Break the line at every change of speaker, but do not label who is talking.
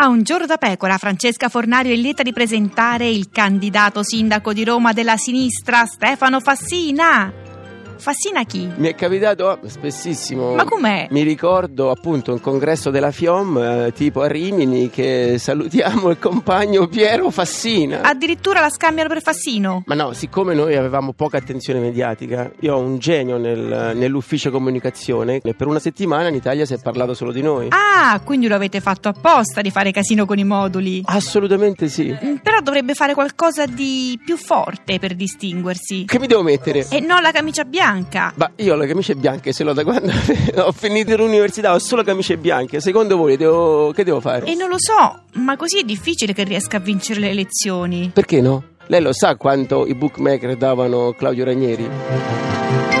A un giorno da pecora, Francesca Fornario è lieta di presentare il candidato sindaco di Roma della sinistra, Stefano Fassina. Fassina chi?
Mi è capitato ah, spessissimo.
Ma com'è?
Mi ricordo appunto un congresso della FIOM, eh, tipo a Rimini, che salutiamo il compagno Piero Fassina.
Ah. Addirittura la scambiano per Fassino.
Ma no, siccome noi avevamo poca attenzione mediatica, io ho un genio nel- nell'ufficio comunicazione e per una settimana in Italia si è parlato solo di noi.
Ah, quindi lo avete fatto apposta di fare casino con i moduli.
Assolutamente sì.
Mm, Però dovrebbe fare qualcosa di più forte per distinguersi.
Che mi devo mettere?
E non la camicia bianca.
Ma io ho le camicie bianche se l'ho da quando ho finito l'università, ho solo camicie bianche. Secondo voi devo- che devo fare?
E non lo so, ma così è difficile che riesca a vincere le elezioni.
Perché no? Lei lo sa quanto i bookmaker davano Claudio Ranieri?